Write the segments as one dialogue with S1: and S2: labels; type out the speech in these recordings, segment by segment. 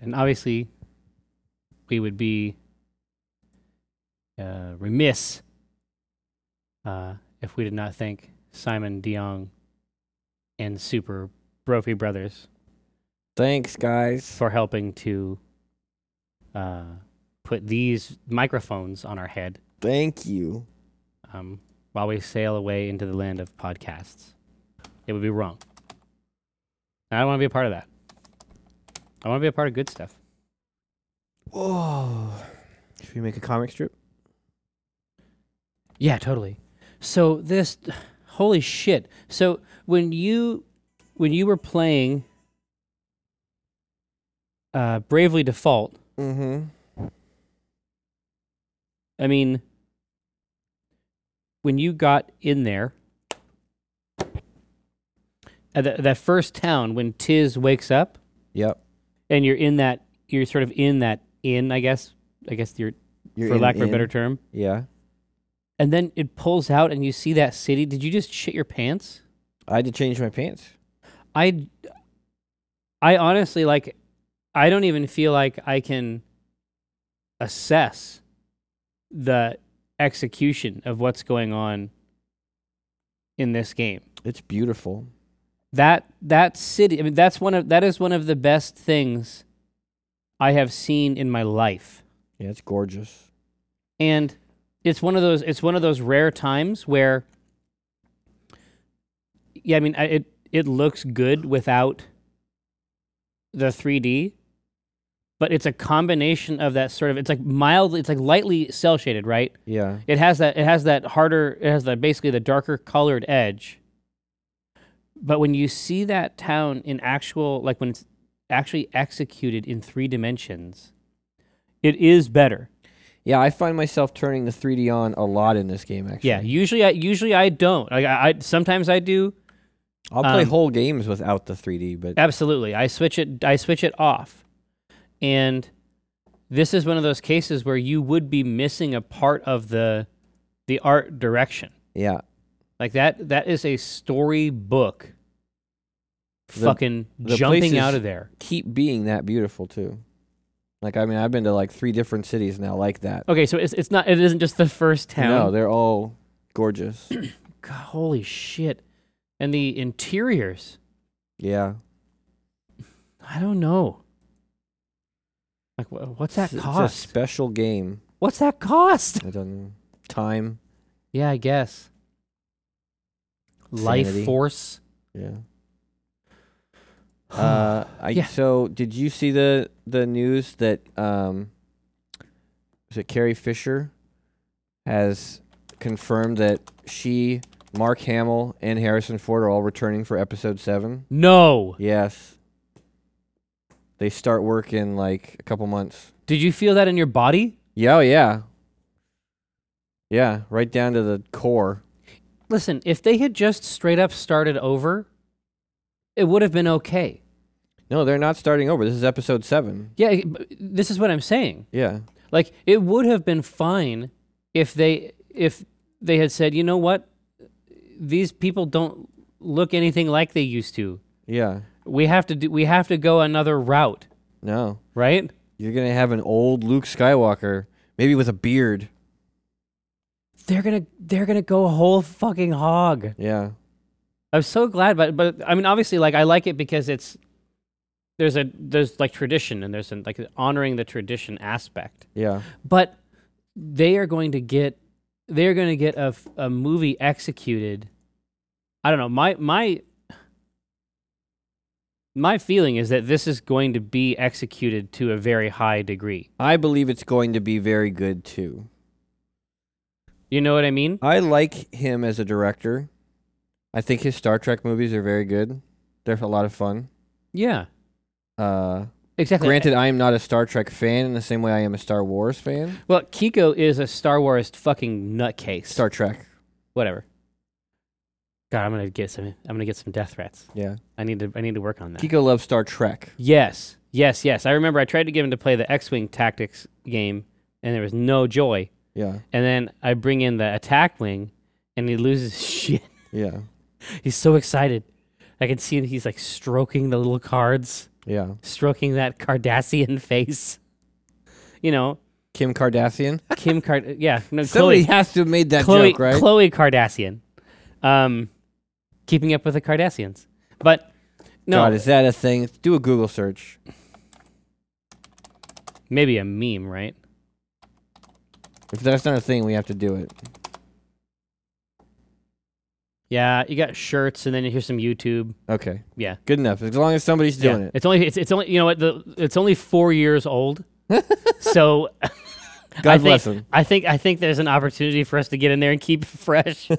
S1: And obviously, we would be uh, remiss uh, if we did not thank Simon DeYoung and Super Brophy Brothers
S2: Thanks, guys.
S1: for helping to uh, put these microphones on our head
S2: Thank you.
S1: um, while we sail away into the land of podcasts. It would be wrong. And I don't want to be a part of that. I want to be a part of good stuff.
S2: Whoa. Should we make a comic strip?
S1: Yeah, totally. So this, holy shit. So when you, when you were playing, uh, Bravely Default,
S2: Mm-hmm.
S1: I mean, when you got in there, at that that first town, when Tiz wakes up,
S2: Yep.
S1: and you're in that, you're sort of in that inn, I guess. I guess you're,
S2: You're
S1: for
S2: in
S1: lack of a
S2: in.
S1: better term.
S2: Yeah.
S1: And then it pulls out, and you see that city. Did you just shit your pants?
S2: I had to change my pants.
S1: I I honestly like I don't even feel like I can assess the execution of what's going on in this game.
S2: It's beautiful.
S1: That that city, I mean that's one of that is one of the best things I have seen in my life.
S2: Yeah, it's gorgeous.
S1: And it's one of those it's one of those rare times where yeah, I mean I, it it looks good without the 3D, but it's a combination of that sort of it's like mildly it's like lightly cell shaded, right?
S2: Yeah.
S1: It has that it has that harder it has that basically the darker colored edge. But when you see that town in actual like when it's actually executed in three dimensions, it is better.
S2: Yeah, I find myself turning the 3D on a lot in this game. Actually.
S1: Yeah, usually I usually I don't. Like I, I sometimes I do.
S2: I'll play
S1: Um,
S2: whole games without the 3D, but
S1: Absolutely. I switch it I switch it off. And this is one of those cases where you would be missing a part of the the art direction.
S2: yeah,
S1: Like that that is a storybook
S2: The-
S1: fucking
S2: the
S1: jumping
S2: places-
S1: out of there.
S2: keep being that beautiful too. Like I mean, I've been to like three different cities now like that.
S1: Okay, so it's it's not it isn't just the first town.
S2: No, they're all gorgeous.
S1: God, holy shit. And the interiors.
S2: yeah.
S1: I don't know. Like wha- what's that
S2: It's- It's a
S1: cost?
S2: special game.
S1: What's that cost?
S2: I don't know. Time.
S1: Yeah, I guess. Life
S2: Sanity.
S1: force.
S2: Yeah. Uh, I,
S1: Yeah.
S2: So, did you see the the news that um, was it Carrie Fisher has confirmed that she, Mark Hamill, and Harrison Ford are all returning for Episode Seven?
S1: No.
S2: Yes. They start work in like a couple months.
S1: Did you feel that in your body?
S2: Yeah, oh, yeah, yeah, right down to the core.
S1: Listen, if they had just straight up started over, it would have been okay.
S2: No, they're not starting over. This is Episode Seven.
S1: Yeah, it- but this is what I'm saying.
S2: Yeah,
S1: Like it would have been fine if they if they had said, "You know what? These people don't look anything like they used to.
S2: yeah.
S1: We have to do, we have to go another route."
S2: No.
S1: Right?
S2: You're gonna have an old Luke Skywalker, maybe with a beard.
S1: They're going to they're going to go whole fucking hog.
S2: Yeah,
S1: I'm so glad, but but I mean, obviously, like I like it because it's there's a there's like tradition and there's an, like honoring the tradition aspect.
S2: yeah,
S1: But they are going to get they are going to get a f- a movie executed. I don't know. My my my feeling is that this is going to be executed to a very high degree.
S2: I believe it's going to be very good too.
S1: You know what I mean?
S2: I like him as a director. I think his Star Trek movies are very good. They're a lot of fun.
S1: Yeah,
S2: Uh,
S1: exactly.
S2: granted, I am not a Star Trek fan in the same way I am a Star Wars fan.
S1: well, Kiko is a Star Wars fucking nutcase.
S2: Star Trek,
S1: whatever. God, I'm gonna get some. I'm gonna get some death threats.
S2: yeah.
S1: I need to. I need to work on that.
S2: Kiko loves Star Trek.
S1: Yes, yes, yes. I remember I tried to get him to play the X-wing tactics game, and there was no joy.
S2: Yeah,
S1: And then I bring in the attack wing, and he loses his shit.
S2: yeah.
S1: He's so excited. I can see him. He's like stroking the little cards.
S2: Yeah.
S1: stroking that Cardassian face. You know,
S2: Kim Kardashian.
S1: Kim Card. Yeah, no,
S2: Somebody
S1: Chloe.
S2: has to have made that
S1: Chloe,
S2: joke, right?
S1: Chloe Cardassian. Um, keeping up with the Cardassians. But no,
S2: God, is that a thing? Do a Google search.
S1: maybe a meme, right?
S2: If that's not a thing, we have to do it.
S1: Yeah, you got shirts, and then you hear some YouTube.
S2: Okay.
S1: Yeah.
S2: Good enough. As long as somebody's
S1: Yeah.
S2: doing it.
S1: It's only it's, it's only you know what the it's only four years old. so
S2: God
S1: I think,
S2: bless him.
S1: I think I think there's an opportunity for us to get in there and keep it fresh.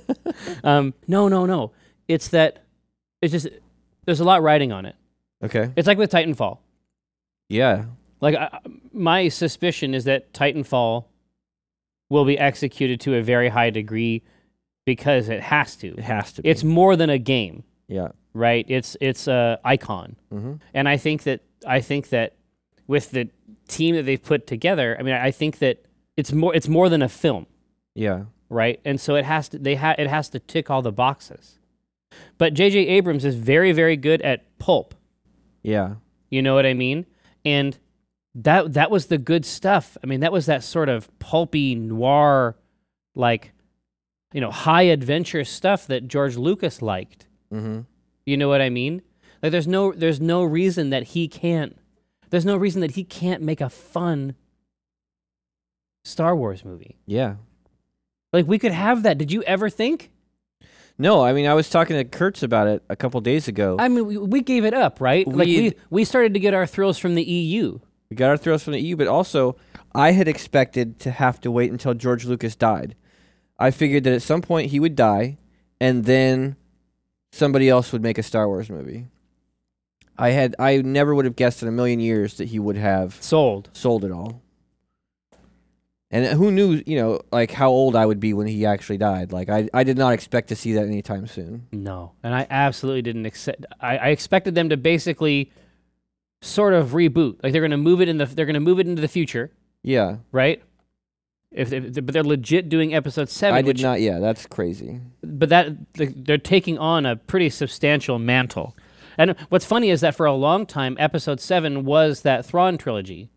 S1: um, no, no, no. It's that it's just there's a lot riding on it.
S2: Okay.
S1: It's like with Titanfall.
S2: Yeah.
S1: Like I, my suspicion is that Titanfall will be executed to a very high degree because it has to.
S2: It has to be.
S1: It's more than a game,
S2: yeah.
S1: right? It's it's a icon.
S2: hmm
S1: And I think that I think that with the team that they've put together, I mean, I think that it's more it's more than a film,
S2: Yeah.
S1: right? And so it has to they ha- it has to tick all the boxes. But J.J. Abrams is very very good at pulp.
S2: Yeah.
S1: You know what I mean? And that that was the good stuff. I mean, that was that sort of pulpy noir, like you know, high adventure stuff that George Lucas liked.
S2: Mm-hmm.
S1: You know what I mean? Like there's no there's no reason that he can't there's no reason that he can't make a fun Star Wars movie.
S2: Yeah.
S1: Like we could have that. Did you ever think?
S2: No, I mean, I was talking to Kurtz about it a couple days ago.
S1: I mean, we, we gave it up, right? like we
S2: We'd-
S1: we started to get our thrills from the E EU.
S2: we got our thrills from the EU, but also I had expected to have to wait until George Lucas died. I figured that at some point he would die, and then somebody else would make a Star Wars movie. I had I never would have guessed in a million years that he would have
S1: Sold.
S2: sold it all. And who knew, you know, like how old I would be when he actually died. Like I, I did not expect to see that anytime soon.
S1: No, and I absolutely didn't accept. I, I expected them to basically sort of reboot. Like they're going to move it in the they're going to move it into the future,
S2: Yeah,
S1: right? If, they- but they're legit doing episode seven,
S2: I did
S1: which-
S2: not. Yeah, that's crazy.
S1: but that like, they're taking on a pretty substantial mantle. And what's funny is that for a long time, episode seven was that Thrawn trilogy.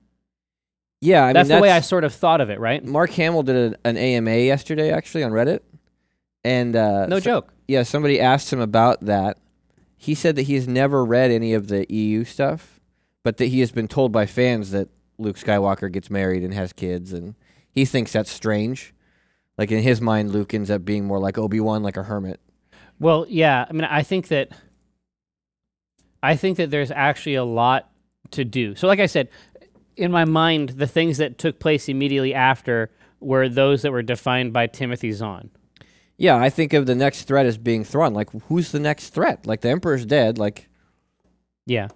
S2: Yeah, I
S1: that's
S2: mean
S1: the way I sort of thought of it, right?
S2: Mark Hamill did an, an AMA yesterday, actually, on Reddit, and uh,
S1: No
S2: so-
S1: joke.
S2: Yeah, somebody asked him about that. He said that he has never read any of the EU stuff, but that he has been told by fans that Luke Skywalker gets married and has kids, and he thinks that's strange. Like in his mind, Luke ends up being more like Obi Wan, like a hermit.
S1: Well, yeah. I mean, I think that I think that there's actually a lot to do. So, like I said, in my mind, the things that took place immediately after were those that were defined by Timothy Zahn.
S2: Yeah, I think of the next threat as being Thrawn. Like, who's the next threat? Like the Emperor's dead. Like,
S1: Yeah.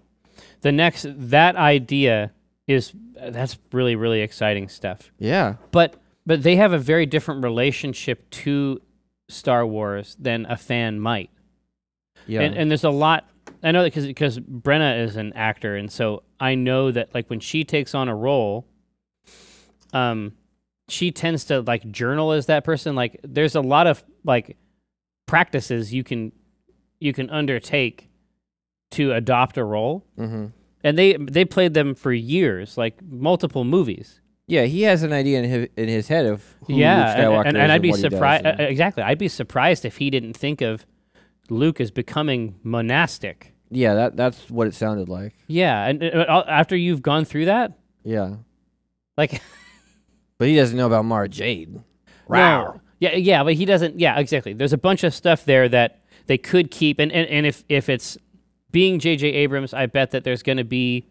S1: The next that idea is that's really really exciting stuff.
S2: yeah,
S1: But but they have a very different relationship to Star Wars than a fan might.
S2: yeah,
S1: And, and there's a lot. I know that because because Brenna is an actor, and so I know that like when she takes on a role, um, she tends to like journal as that person. Like there's a lot of like practices you can you can undertake to adopt a role,
S2: mm-hmm.
S1: and they they played them for years, like multiple movies.
S2: yeah. He has an idea in his, in his head of who
S1: yeah,
S2: Luke
S1: and,
S2: Skywalker
S1: and,
S2: is
S1: and I'd be
S2: what he does
S1: surprised.
S2: and-
S1: Exactly, I'd be surprised if he didn't think of Luke as becoming monastic.
S2: Yeah, that that's what it sounded like.
S1: Yeah, and uh, uh, after you've gone through that,
S2: Yeah.
S1: like
S2: But he doesn't know about Mara Jade.
S1: no. yeah, yeah, but he doesn't. Yeah, exactly. There's a bunch of stuff there that they could keep, and and, and if if it's being J.J. Abrams, I bet that there's going to be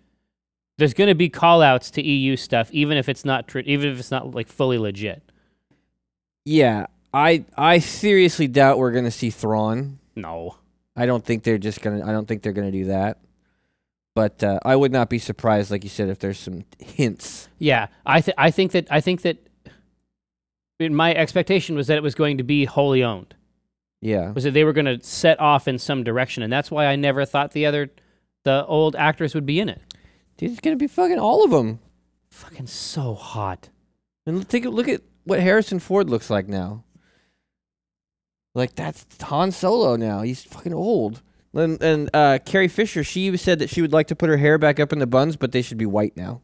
S1: there's going to be call outs to EU stuff, even if it's not tr- even if it's not like fully legit.
S2: Yeah. I I seriously doubt we're gonna see Thrawn.
S1: No,
S2: I don't think they're just gonna I don't think they're gonna do that. But uh, I would not be surprised, like you said, if there's some hints.
S1: yeah, I th- I think that I think that I mean, my expectation was that it was going to be wholly owned.
S2: Yeah.
S1: was that they were going to set off in some direction, and that's why I never thought the other, the old actors would be in it.
S2: Dude, it's gonna be fucking all of them.
S1: Fucking so hot.
S2: And l- take a look at what Harrison Ford looks like now. Like that's Han Solo now. He's fucking old. And, and uh, Carrie Fisher, she said that she would like to put her hair back up in the buns, but they should be white now.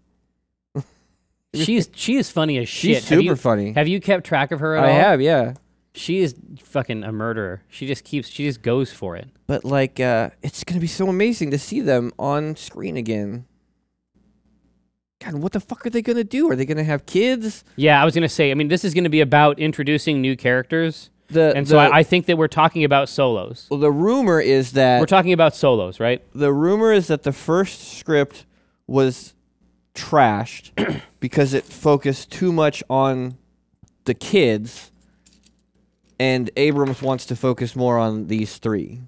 S1: She's she is funny as shit.
S2: She's
S1: have
S2: super
S1: you,
S2: funny.
S1: Have you kept track of her at
S2: I
S1: all?
S2: have, yeah.
S1: She is fucking a murderer. She just keeps. She just goes for it.
S2: But like, uh, it's gonna be so amazing to see them on screen again. God, what the fuck are they gonna do? Are they gonna have kids?
S1: Yeah, I was gonna say. I mean, this is gonna be about introducing new characters,
S2: The
S1: and
S2: the,
S1: so I, I think that we're talking about solos.
S2: well, the rumor is
S1: We're
S2: that
S1: talking about solos, right?
S2: the rumor is that the first script was trashed because it focused too much on the kids, and Abrams wants to focus more on these three.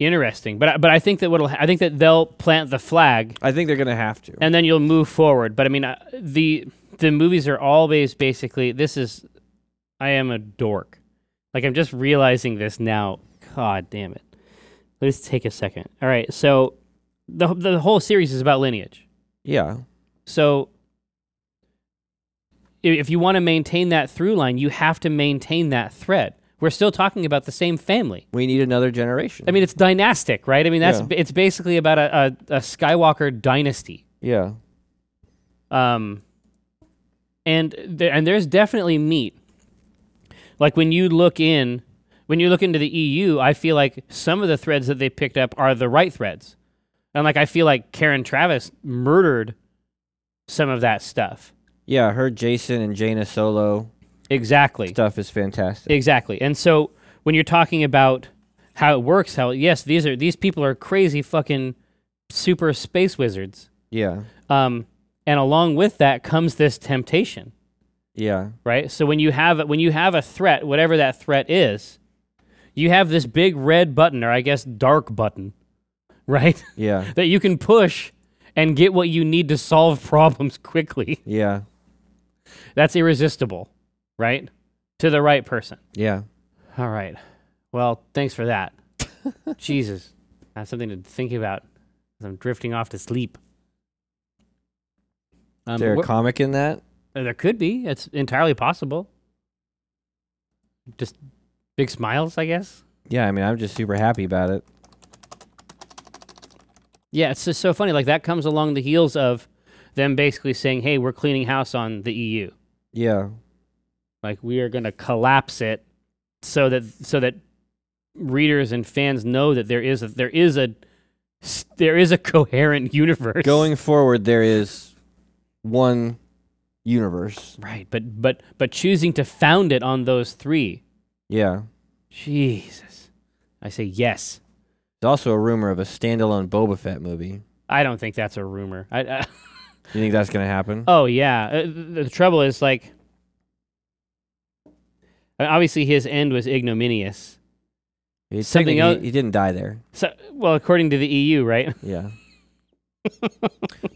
S1: Interesting, but I- but I think that what'll ha- I think that they'll plant the flag,
S2: I think they're gonna have to.
S1: and then you'll move forward. But I mean, uh, the the movies are always basically this is. I am a dork. Like I'm just realizing this now. God damn it! Let's take a second. All right, so the the whole series is about lineage.
S2: yeah,
S1: So i- if you want to maintain that through line, you have to maintain that thread. We're still talking about the same family.
S2: we need another generation.
S1: I mean, it's dynastic, right? I mean, that's
S2: Yeah.
S1: it's basically about a, a, a Skywalker dynasty.
S2: yeah,
S1: Um, and there, and there's definitely meat. Like when you look in, when you look into the EU, I feel like some of the threads that they picked up are the right threads, and like I feel like Karen Travis murdered some of that stuff.
S2: yeah. Her Jason and Jaina Solo.
S1: Exactly.
S2: stuff is fantastic.
S1: Exactly. And so when you're talking about how it works, how yes, these are these people are crazy fucking super space wizards.
S2: yeah,
S1: Um, and along with that comes this temptation,
S2: yeah,
S1: right? So when you have when you have a threat, whatever that threat is, you have this big red button, or I guess dark button, right?
S2: yeah,
S1: that you can push and get what you need to solve problems quickly.
S2: yeah,
S1: That's irresistible, right? To the right person.
S2: yeah.
S1: All right. Well, thanks for that. Jesus. I have something to think about as I'm drifting off to sleep. Um,
S2: Is there a
S1: wh-
S2: comic in that?
S1: uh, there could be. It's entirely possible. Just big smiles, I guess.
S2: Yeah, I mean, I'm just super happy about it.
S1: Yeah, it's just so funny. Like, that comes along the heels of them basically saying, hey, we're cleaning house on the EU.
S2: Yeah,
S1: like we are going to collapse it so that so that readers and fans know that there is a there is a s- there is a coherent universe
S2: going forward, there is one universe.
S1: right but but but choosing to found it on those three
S2: Yeah,
S1: jesus i say yes
S2: there's also a rumor of a standalone Boba Fett movie.
S1: i don't think that's a rumor I, I,
S2: You think that's gonna happen?
S1: oh yeah Uh, the, the trouble is like uh, obviously his end was ignominious
S2: He-
S1: something
S2: technically,
S1: else-
S2: He, he didn't die there.
S1: so well according to the eu right
S2: Yeah.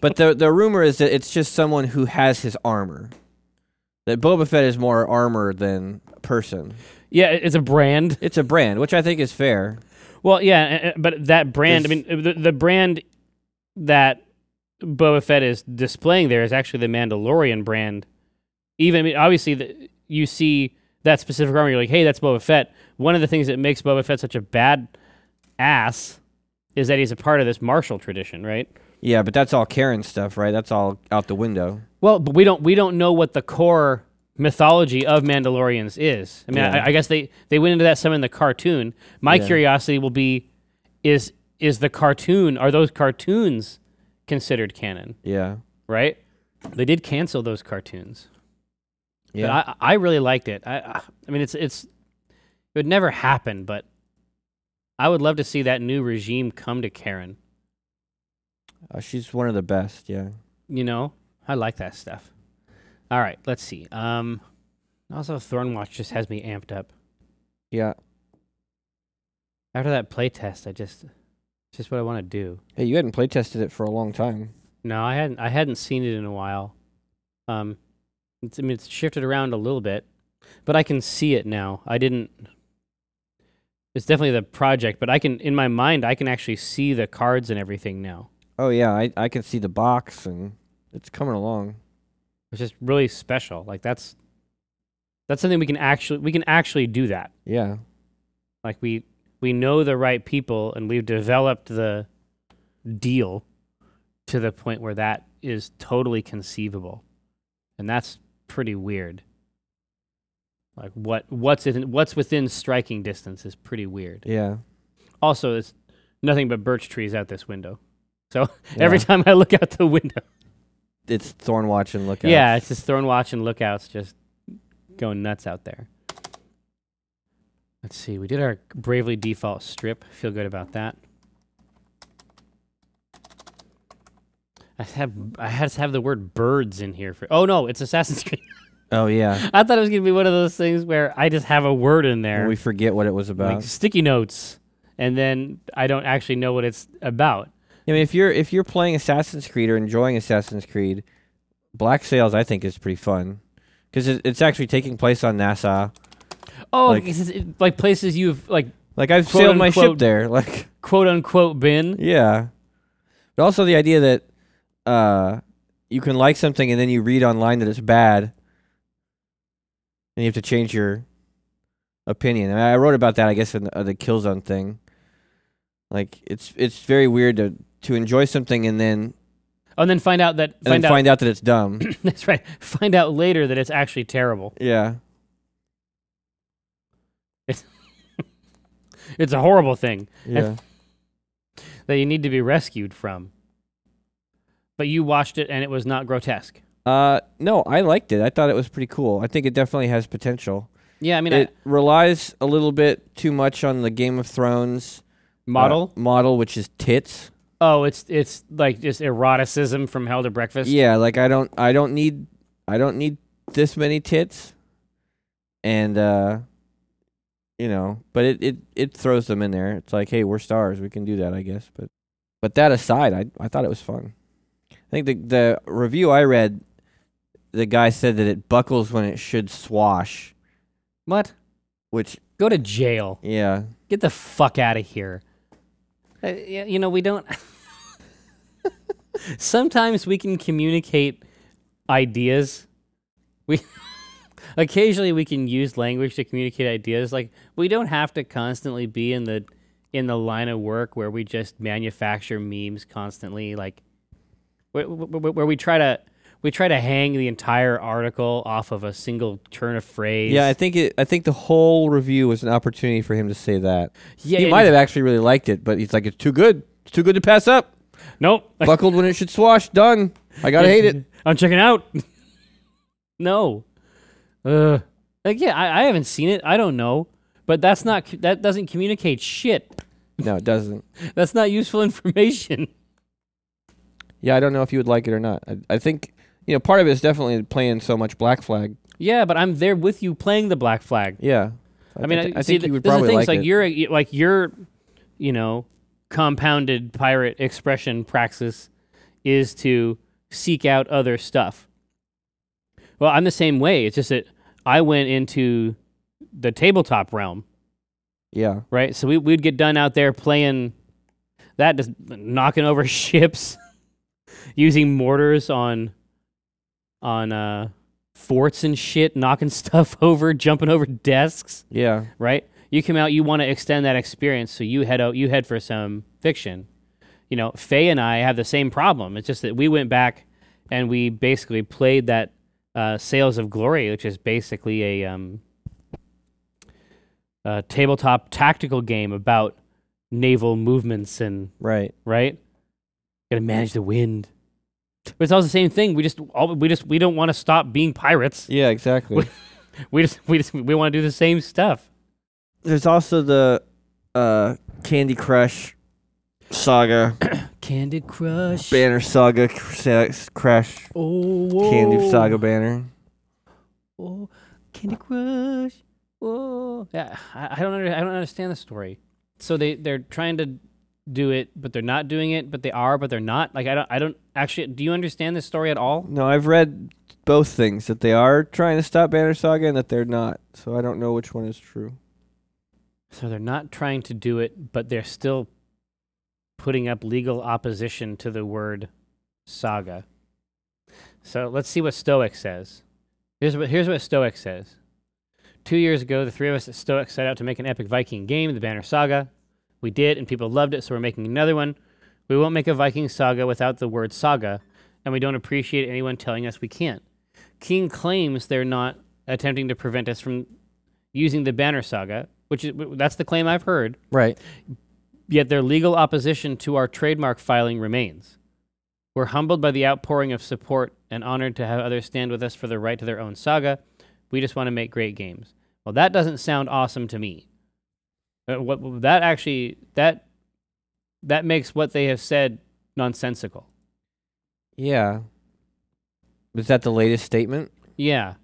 S2: but the the rumor is that it's just someone who has his armor. That Boba Fett is more armor than person.
S1: yeah it- it's a brand
S2: It's a brand, which I think is fair.
S1: Well, yeah, uh, uh, but that brand, I mean, uh, the, the brand that Boba Fett is displaying there is actually the Mandalorian brand. Even, I mean, obviously, the, you see that specific armor, you're like, hey, that's Boba Fett. One of the things that makes Boba Fett such a bad ass is that he's a part of this martial tradition, right?
S2: Yeah, but that's all Karen stuff, right? That's all out the window.
S1: Well, but we don't we don't know what the core mythology of Mandalorians is. I mean,
S2: Yeah.
S1: I, I guess they they went into that some in the cartoon. My
S2: Yeah.
S1: curiosity will be is is the cartoon are those cartoons considered canon?
S2: Yeah.
S1: Right? They did cancel those cartoons.
S2: Yeah.
S1: But I I really liked it. I- I I mean it's it's it would never happen, but I would love to see that new regime come to Karen.
S2: Uh, she's one of the best, yeah.
S1: you know i like that stuff all right let's see um also thornwatch just has me amped up
S2: Yeah.
S1: after that playtest i just it's just what i want to do
S2: Hey, you hadn't play tested it for a long time.
S1: no i hadn't i hadn't seen it in a while um it's, i mean it's shifted around a little bit but i can see it now i didn't it's definitely the project but i can in my mind i can actually see the cards and everything now
S2: Oh yeah, I, I can see the box and it's coming along.
S1: it's just really special like that's that's something we can actually we can actually do that
S2: Yeah.
S1: like we we know the right people and we've developed the deal to the point where that is totally conceivable. And that's pretty weird. Like what what's in, what's within striking distance is pretty weird.
S2: Yeah.
S1: Also, it's nothing but birch trees out this window. So
S2: Yeah.
S1: every time I look out the window,
S2: It's thorn watch and look out.
S1: yeah, it's just throwing watch and lookouts just going nuts out there. Let's see. We did our bravely default strip. Feel good about that. I have I had to have the word birds in here for. Oh no, it's Assassin's Creed.
S2: Oh yeah.
S1: I thought it was gonna be one of those things where I just have a word in there,
S2: When we forget what it was
S1: like
S2: about.
S1: sticky notes, and then I don't actually know what it's about.
S2: I mean, if you're if you're playing Assassin's Creed or enjoying Assassin's Creed, Black Sails I think is pretty fun because it, it's actually taking place on NASA.
S1: Oh,
S2: Like-
S1: like, like places you've like
S2: Like I've
S1: Quote,
S2: sailed my ship
S1: unquote.
S2: there. Like
S1: quote unquote been.
S2: yeah, but also the idea that uh, you can like something and then you read online that it's bad, and you have to change your opinion. I, I wrote about that, I guess, in the, uh, the Killzone thing. Like it's it's very weird to to enjoy something and then
S1: Oh, and then find out that
S2: and find
S1: find
S2: then
S1: out
S2: find out that it's dumb.
S1: that's right. Find out later that it's actually terrible.
S2: yeah.
S1: It's a horrible thing
S2: Yeah.
S1: that you need to be rescued from. But you watched it and it was not grotesque.
S2: Uh, no, I liked it. I thought it was pretty cool. I think it definitely has potential.
S1: Yeah, I mean,
S2: it relies a little bit too much on the Game of Thrones
S1: I,
S2: uh,
S1: model.
S2: model, which is tits.
S1: oh, it's it's like just eroticism from Hell to Breakfast.
S2: Yeah, like I don't, I don't need, I don't need this many tits, and uh, you know, but it it it throws them in there. It's like, hey, we're stars, we can do that, I guess. But but that aside, I I thought it was fun. I think the the review I read, the guy said that it buckles when it should swash,
S1: What?
S2: which
S1: Go to jail.
S2: yeah,
S1: Get the fuck out of here. Uh, y- you know, we don't. Sometimes we can communicate ideas. We occasionally we can use language to communicate ideas. Like we don't have to constantly be in the in the line of work where we just manufacture memes constantly. Like where, where, where we try to we try to hang the entire article off of a single turn of phrase.
S2: yeah. I think it. I think the whole review was an opportunity for him to say that.
S1: yeah.
S2: he
S1: yeah,
S2: might
S1: yeah.
S2: have actually really liked it, but he's like, it's too good. It's too good to pass up.
S1: Nope.
S2: Buckled when it should swash. Done. I gotta hate it.
S1: I'm checking out. no. Uh, like yeah, I, I haven't seen it. I don't know, but that's not c- that doesn't communicate shit.
S2: No, it doesn't.
S1: That's not useful information.
S2: Yeah, I don't know if you would like it or not. I, I think you know part of it is definitely playing so much Black Flag.
S1: yeah, but I'm there with you playing the black flag.
S2: Yeah.
S1: I, mean,
S2: think-
S1: I, see,
S2: think
S1: th-
S2: you would
S1: this is the
S2: probably
S1: thing,
S2: like
S1: it's like
S2: it.
S1: you're a, like your, you know, compounded pirate expression praxis is to seek out other stuff. Well, I'm the same way. It's just that I went into the tabletop realm
S2: yeah.
S1: right? So we, we'd get done out there playing that, just knocking over ships, using mortars on on uh, forts and shit, knocking stuff over, jumping over desks,
S2: Yeah.
S1: right? You come out, you want to extend that experience, so you head out, you head for some fiction. You know, Faye and I have the same problem. It's just that we went back and we basically played that uh, Sales of Glory, which is basically a um, a tabletop tactical game about naval movements and
S2: Right.
S1: right. Got to manage the wind. But it's all the same thing. We just all, we just we don't want to stop being pirates.
S2: Yeah. Exactly.
S1: We just we just we want to do the same stuff.
S2: There's also the uh, Candy Crush saga,
S1: Candy Crush.
S2: banner saga, cr- sa- crash,
S1: oh,
S2: Candy
S1: whoa.
S2: saga banner.
S1: Oh, Candy Crush. Oh, yeah. I, I don't under, I don't understand the story. So they they're trying to do it, but they're not doing it. But they are, but they're not. Like I don't I don't actually. Do you understand this story at all?
S2: No, I've read both things that they are trying to stop Banner Saga and that they're not. So I don't know which one is true.
S1: So they're not trying to do it, but they're still putting up legal opposition to the word saga. So let's see what Stoic says. Here's what, here's what Stoic says Two years ago, the three of us at Stoic set out to make an epic Viking game, the Banner Saga. We did, and people loved it, so we're making another one. We won't make a Viking saga without the word saga, and we don't appreciate anyone telling us we can't. King claims they're not attempting to prevent us from using the Banner Saga, which is that's the claim I've heard.
S2: Right.
S1: Yet their legal opposition to our trademark filing remains. We're humbled by the outpouring of support and honored to have others stand with us for the right to their own saga. We just want to make great games. Well, that doesn't sound awesome to me. Uh, what- what that actually that that makes what they have said nonsensical.
S2: Yeah. Was that the latest statement?
S1: Yeah.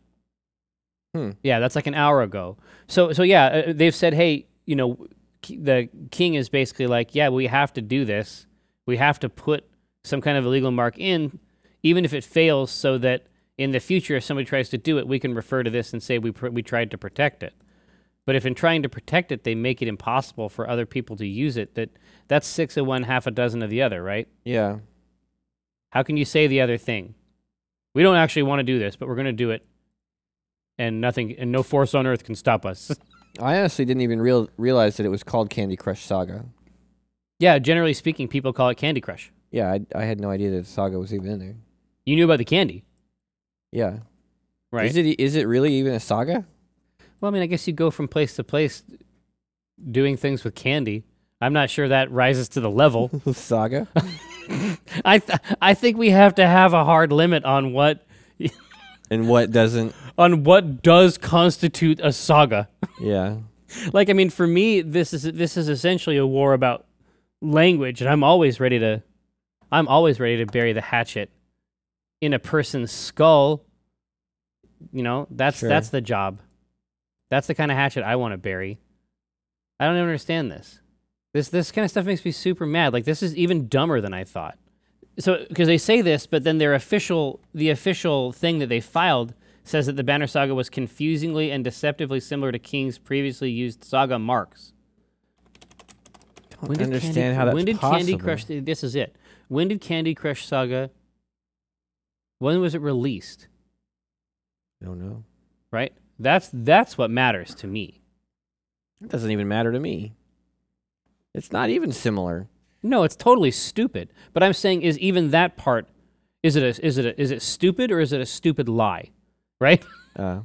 S2: Hmm.
S1: Yeah, that's like an hour ago. So so yeah, uh, they've said, hey, you know, k- the king is basically like, yeah, we have to do this. We have to put some kind of illegal mark in, even if it fails, so that in the future, if somebody tries to do it, we can refer to this and say we pr- we tried to protect it. But if in trying to protect it, they make it impossible for other people to use it, that that's six of one, half a dozen of the other, right?
S2: Yeah.
S1: How can you say the other thing? We don't actually want to do this, but we're going to do it. And nothing and no force on earth can stop us.
S2: I honestly didn't even real- realize that it was called Candy Crush Saga.
S1: yeah, generally speaking, people call it Candy Crush.
S2: Yeah, I, I had no idea that Saga was even in there.
S1: You knew about the candy,
S2: Yeah.
S1: right?
S2: Is it e, is it really even a saga?
S1: well, I mean, I guess you go from place to place doing things with candy. I'm not sure that rises to the level.
S2: saga?
S1: I th- I think we have to have a hard limit on what
S2: and what doesn't?
S1: on what does constitute a saga.
S2: Yeah.
S1: like I mean, for me, this is this is essentially a war about language, and I'm always ready to, I'm always ready to bury the hatchet in a person's skull. You know, that's
S2: Sure.
S1: that's the job. That's the kind of hatchet I want to bury. I don't even understand this. This this kind of stuff makes me super mad. Like this is even dumber than I thought. So because they say this, but then their official the official thing that they filed says that the Banner Saga was confusingly and deceptively similar to King's previously used saga marks.
S2: Don't understand how that's
S1: When did Candy
S2: possible.
S1: Crush? This is it. When did Candy Crush Saga? When was it released?
S2: I don't know.
S1: Right. That's that's what matters to me.
S2: It doesn't even matter to me. It's not even similar.
S1: No, it's totally stupid. But I'm saying is even that part is it a, is it a, is it stupid or is it a stupid lie? Right?
S2: Uh,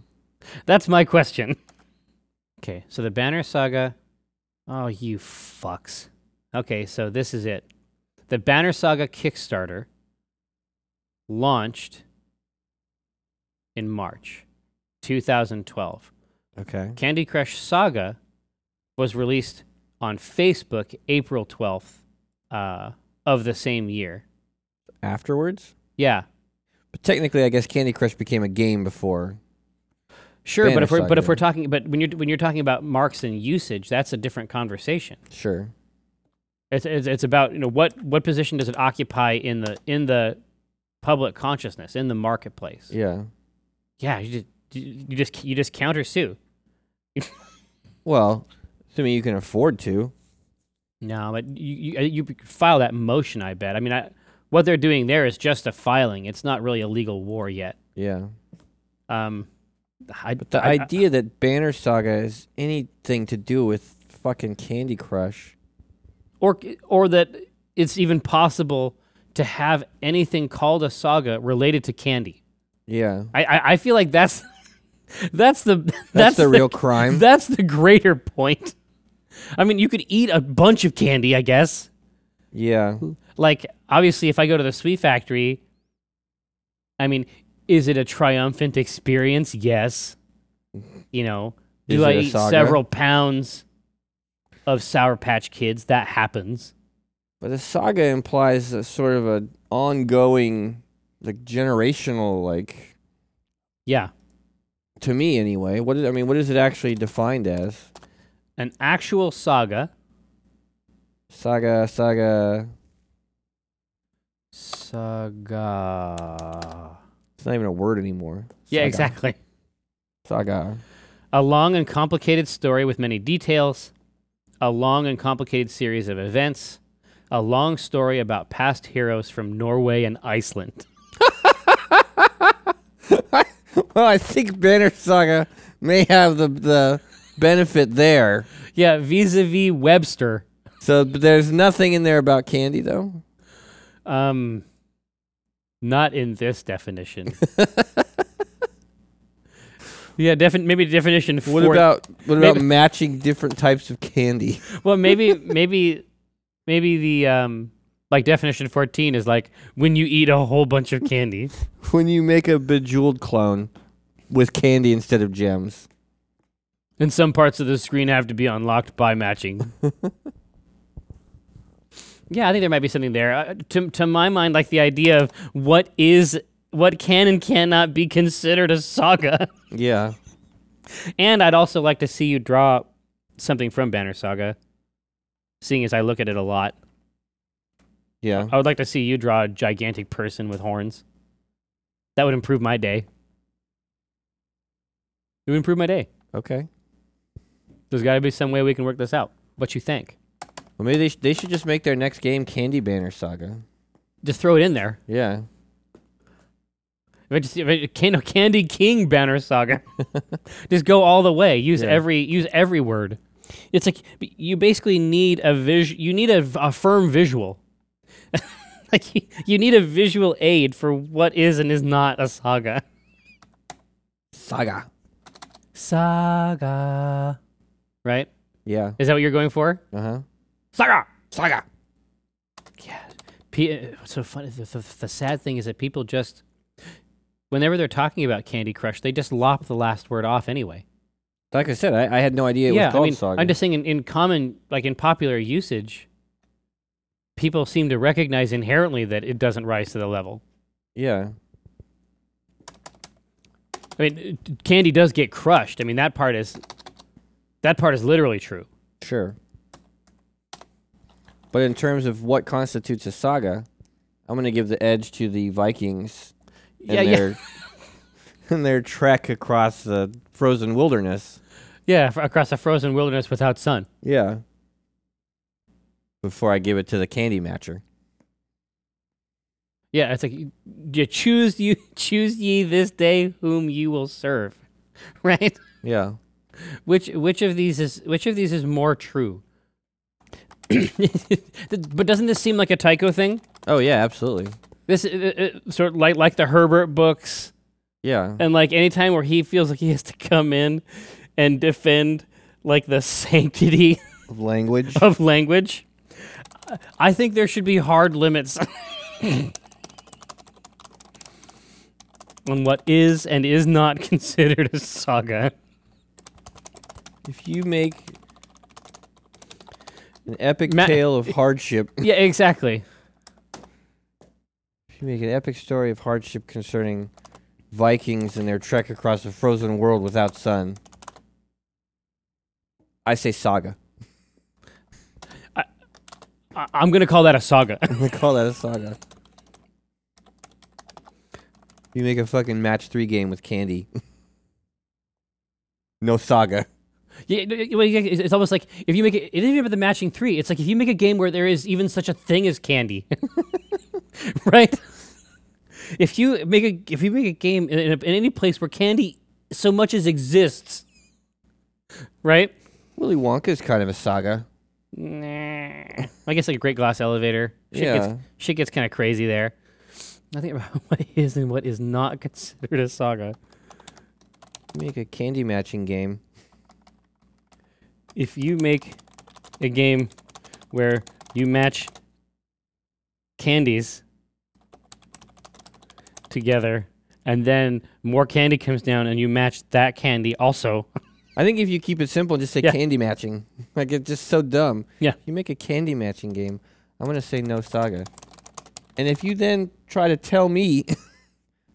S1: That's my question. Okay, so the Banner Saga. Oh, you fucks. Okay, so this is it. The Banner Saga Kickstarter launched in March 2012.
S2: okay.
S1: Candy Crush Saga was released on Facebook April 12th uh, of the same year.
S2: Afterwards?
S1: Yeah,
S2: But technically, I guess Candy Crush became a game before.
S1: sure, but
S2: Banner
S1: if we're but if
S2: Saga.
S1: we're talking but when you're when you're talking about marks and usage, that's a different conversation.
S2: Sure.
S1: It's, it's it's about you know what what position does it occupy in the in the public consciousness in the marketplace?
S2: Yeah.
S1: Yeah, you just you you just you just counter sue.
S2: Well, assuming you can afford to.
S1: No, but you, you you file that motion. I bet. I mean, I, what they're doing there is just a filing. It's not really a legal war yet.
S2: Yeah.
S1: Um, I,
S2: But the
S1: I- I-
S2: idea that Banner Saga has anything to do with fucking Candy Crush.
S1: or or that it's even possible to have anything called a saga related to candy.
S2: Yeah.
S1: I I, I feel like that's that's the that's,
S2: That's, the, real crime.
S1: That's the greater point. I mean, you could eat a bunch of candy, I guess.
S2: yeah.
S1: Like, obviously, if I go to the sweet factory, I mean, is it a triumphant experience? Yes. You know, do
S2: Is
S1: I
S2: it a
S1: eat
S2: saga?
S1: several pounds of Sour Patch Kids? That happens.
S2: But the saga implies a sort of an ongoing, like generational, like
S1: Yeah.
S2: to me anyway. What is, I mean, what is it actually defined as?
S1: An actual saga.
S2: Saga, saga.
S1: Saga.
S2: It's not even a word anymore.
S1: Yeah,
S2: Saga.
S1: exactly.
S2: Saga.
S1: A long and complicated story with many details, a long and complicated series of events, a long story about past heroes from Norway and Iceland.
S2: well, I think Banner Saga may have the the benefit there.
S1: Yeah, vis-a-vis Webster.
S2: So but there's nothing in there about candy though.
S1: Um, not in this definition. yeah, defin- maybe definition.
S2: What
S1: four-
S2: about what about
S1: Maybe-
S2: matching different types of candy?
S1: Well, maybe, maybe, maybe the um, like definition fourteen is like when you eat a whole bunch of candy.
S2: when you make a bejeweled clone with candy instead of gems.
S1: And some parts of the screen have to be unlocked by matching. yeah, I think there might be something there. Uh, to to my mind, like the idea of what is what can and cannot be considered a saga.
S2: Yeah.
S1: and I'd also like to see you draw something from Banner Saga. Seeing as I look at it a lot,
S2: Yeah.
S1: I would like to see you draw a gigantic person with horns. That would improve my day. It would improve my day.
S2: Okay.
S1: There's got to be some way we can work this out. What you think?
S2: Well, maybe they, sh- they should just make their next game Candy Banner Saga.
S1: Just throw it in there.
S2: Yeah.
S1: If I just if I, can, Candy King Banner Saga, just go all the way. Use
S2: Yeah.
S1: every use every word. It's like you basically need a vis. You need a, v- a firm visual. like you, you need a visual aid for what is and is not a saga.
S2: Saga.
S1: Saga, right?
S2: Yeah.
S1: Is that what you're going for?
S2: Uh huh.
S1: Saga.
S2: Saga.
S1: Yeah. P- uh, so funny. The, the, the sad thing is that people just, whenever they're talking about Candy Crush, they just lop the last word off anyway.
S2: Like I said, I, I had no idea it
S1: yeah,
S2: was called
S1: I mean,
S2: Saga.
S1: I'm just saying in, in common, like in popular usage, people seem to recognize inherently that it doesn't rise to the level.
S2: yeah.
S1: I mean, uh, Candy does get crushed. I mean, that part is, that part is literally true.
S2: Sure. But in terms of what constitutes a saga, I'm going to give the edge to the Vikings and
S1: Yeah, yeah.
S2: their and their trek across the frozen wilderness.
S1: Yeah, f- across a frozen wilderness without sun.
S2: Yeah. Before I give it to the candy matcher.
S1: Yeah, it's like you, you choose you choose ye this day whom you will serve, right?
S2: Yeah.
S1: Which which of these is which of these is more true? but doesn't this seem like a Tycho thing?
S2: Oh yeah, absolutely.
S1: This uh, uh, sort of like like the Herbert books,
S2: Yeah.
S1: and like any time where he feels like he has to come in and defend like the sanctity
S2: Language.
S1: of language. I think there should be hard limits on what is and is not considered a saga.
S2: If you make an epic
S1: Ma-
S2: tale of hardship,
S1: Yeah, exactly.
S2: if you make an epic story of hardship concerning Vikings and their trek across a frozen world without sun, I say saga.
S1: I- I'm gonna call that a saga.
S2: I call that a saga. You make a fucking match three game with candy. no saga.
S1: Yeah, it- it- well, yeah, it's it's almost like if you make it, it isn't even about the matching three. It's like if you make a game where there is even such a thing as candy, right? If you make a if you make a game in, in, a, in any place where candy so much as exists, right?
S2: Willy Wonka's kind of a saga.
S1: Nah. I guess like a great glass elevator. Shit
S2: Yeah.
S1: gets shit gets kind of crazy there. Nothing about what is and what is not considered a saga.
S2: Make a candy matching game.
S1: If you make a game where you match candies together and then more candy comes down and you match that candy also.
S2: I think if you keep it simple and just say
S1: Yeah.
S2: candy matching, like it's just so dumb.
S1: Yeah.
S2: You make a candy matching game, I'm gonna say no saga. And if you then try to tell me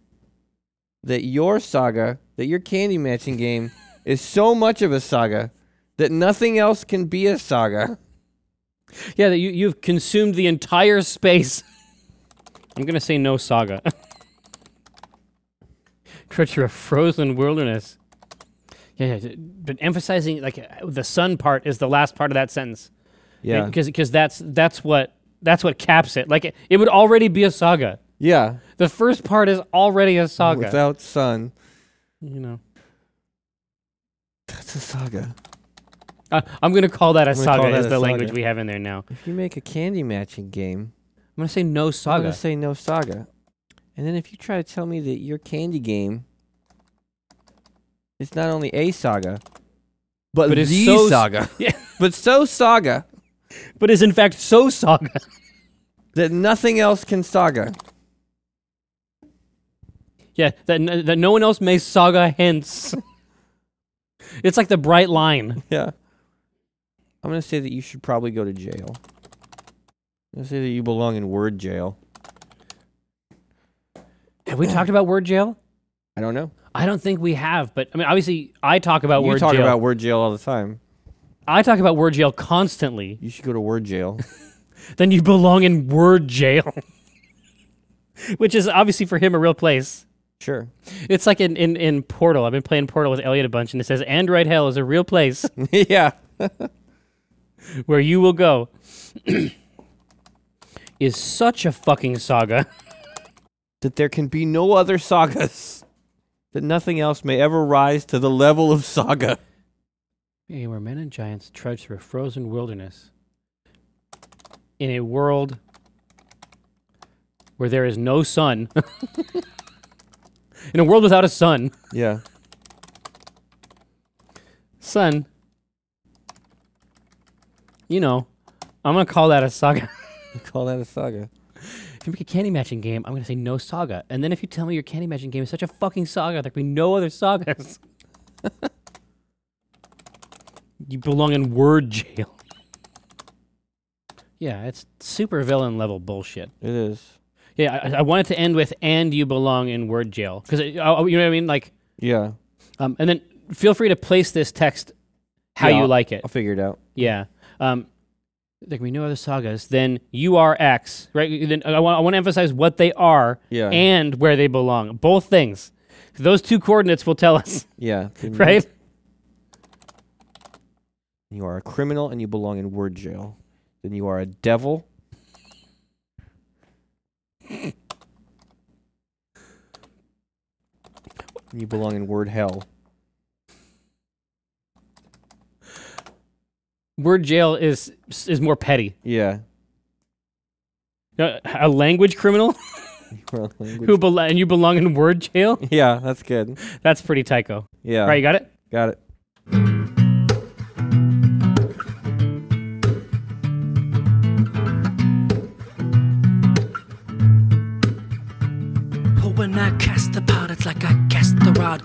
S2: that your saga, that your candy matching game is so much of a saga that nothing else can be a saga.
S1: Yeah, that you you've consumed the entire space. I'm gonna say no saga. Treasure a frozen wilderness. Yeah, yeah, but emphasizing like uh, the sun part is the last part of that sentence.
S2: Yeah.
S1: because because that's that's what that's what caps it. Like it, it would already be a saga.
S2: Yeah.
S1: The first part is already a saga.
S2: Without sun.
S1: you know.
S2: It's a saga.
S1: Uh, I'm gonna call that a
S2: gonna
S1: saga.
S2: call that
S1: is
S2: a
S1: the language
S2: saga.
S1: we have in there now? I'm
S2: If you make a candy matching game,
S1: gonna say no
S2: I'm
S1: saga.
S2: gonna say no saga. And then if you try to tell me that your candy game, it's not only a saga, but,
S1: But it's
S2: the
S1: so s-
S2: saga,
S1: Yeah.
S2: but so saga
S1: but is in fact so saga.
S2: that nothing else can saga.
S1: yeah, that n- that no one else may saga hence. it's like the bright line.
S2: Yeah. I'm gonna say that you should probably go to jail. I'm gonna say that you belong in word jail.
S1: Have we talked about word jail?
S2: I don't know.
S1: I don't think we have, but I mean, obviously, I talk about
S2: you
S1: word
S2: talk
S1: jail.
S2: about word jail all the time.
S1: I talk about word jail constantly.
S2: You should go to word jail.
S1: Then you belong in word jail, which is obviously for him a real place.
S2: sure.
S1: It's like in, in, in Portal. I've been playing Portal with Elliot a bunch, and it says Android Hell is a real place
S2: yeah.
S1: where you will go. is such a fucking saga.
S2: That there can be no other sagas. That nothing else may ever rise to the level of saga.
S1: Hey, where men and giants trudge through a frozen wilderness in a world where there is no sun. in a world without a sun.
S2: Yeah.
S1: Sun. You know, I'm going to call that a saga.
S2: Call that a saga.
S1: if you make a candy matching game, I'm going to say no saga. And then if you tell me your candy matching game is such a fucking saga, there can be no other sagas. you belong in word jail. yeah, it's super villain level bullshit.
S2: It is.
S1: Yeah, I, I wanted to end with "and you belong in word jail" because you know what I mean. Like,
S2: Yeah.
S1: um, and then feel free to place this text how
S2: Yeah,
S1: you like it.
S2: I'll figure it out.
S1: Yeah. Um, there can be no other sagas. Then you are X, right? Then I want, I want to emphasize what they are
S2: Yeah.
S1: and where they belong. Both things. Those two coordinates will tell us,
S2: Yeah.
S1: right?
S2: You are a criminal and you belong in word jail. Then you are a devil. and you belong in word hell.
S1: Word jail is is more petty.
S2: Yeah.
S1: Uh, A language criminal
S2: You are a language-
S1: who bel- and you belong in word jail.
S2: yeah, that's good.
S1: That's pretty tycho.
S2: Yeah.
S1: All right, you got it.
S2: Got it.
S3: But when I cast the pot, it's like I cast the rod,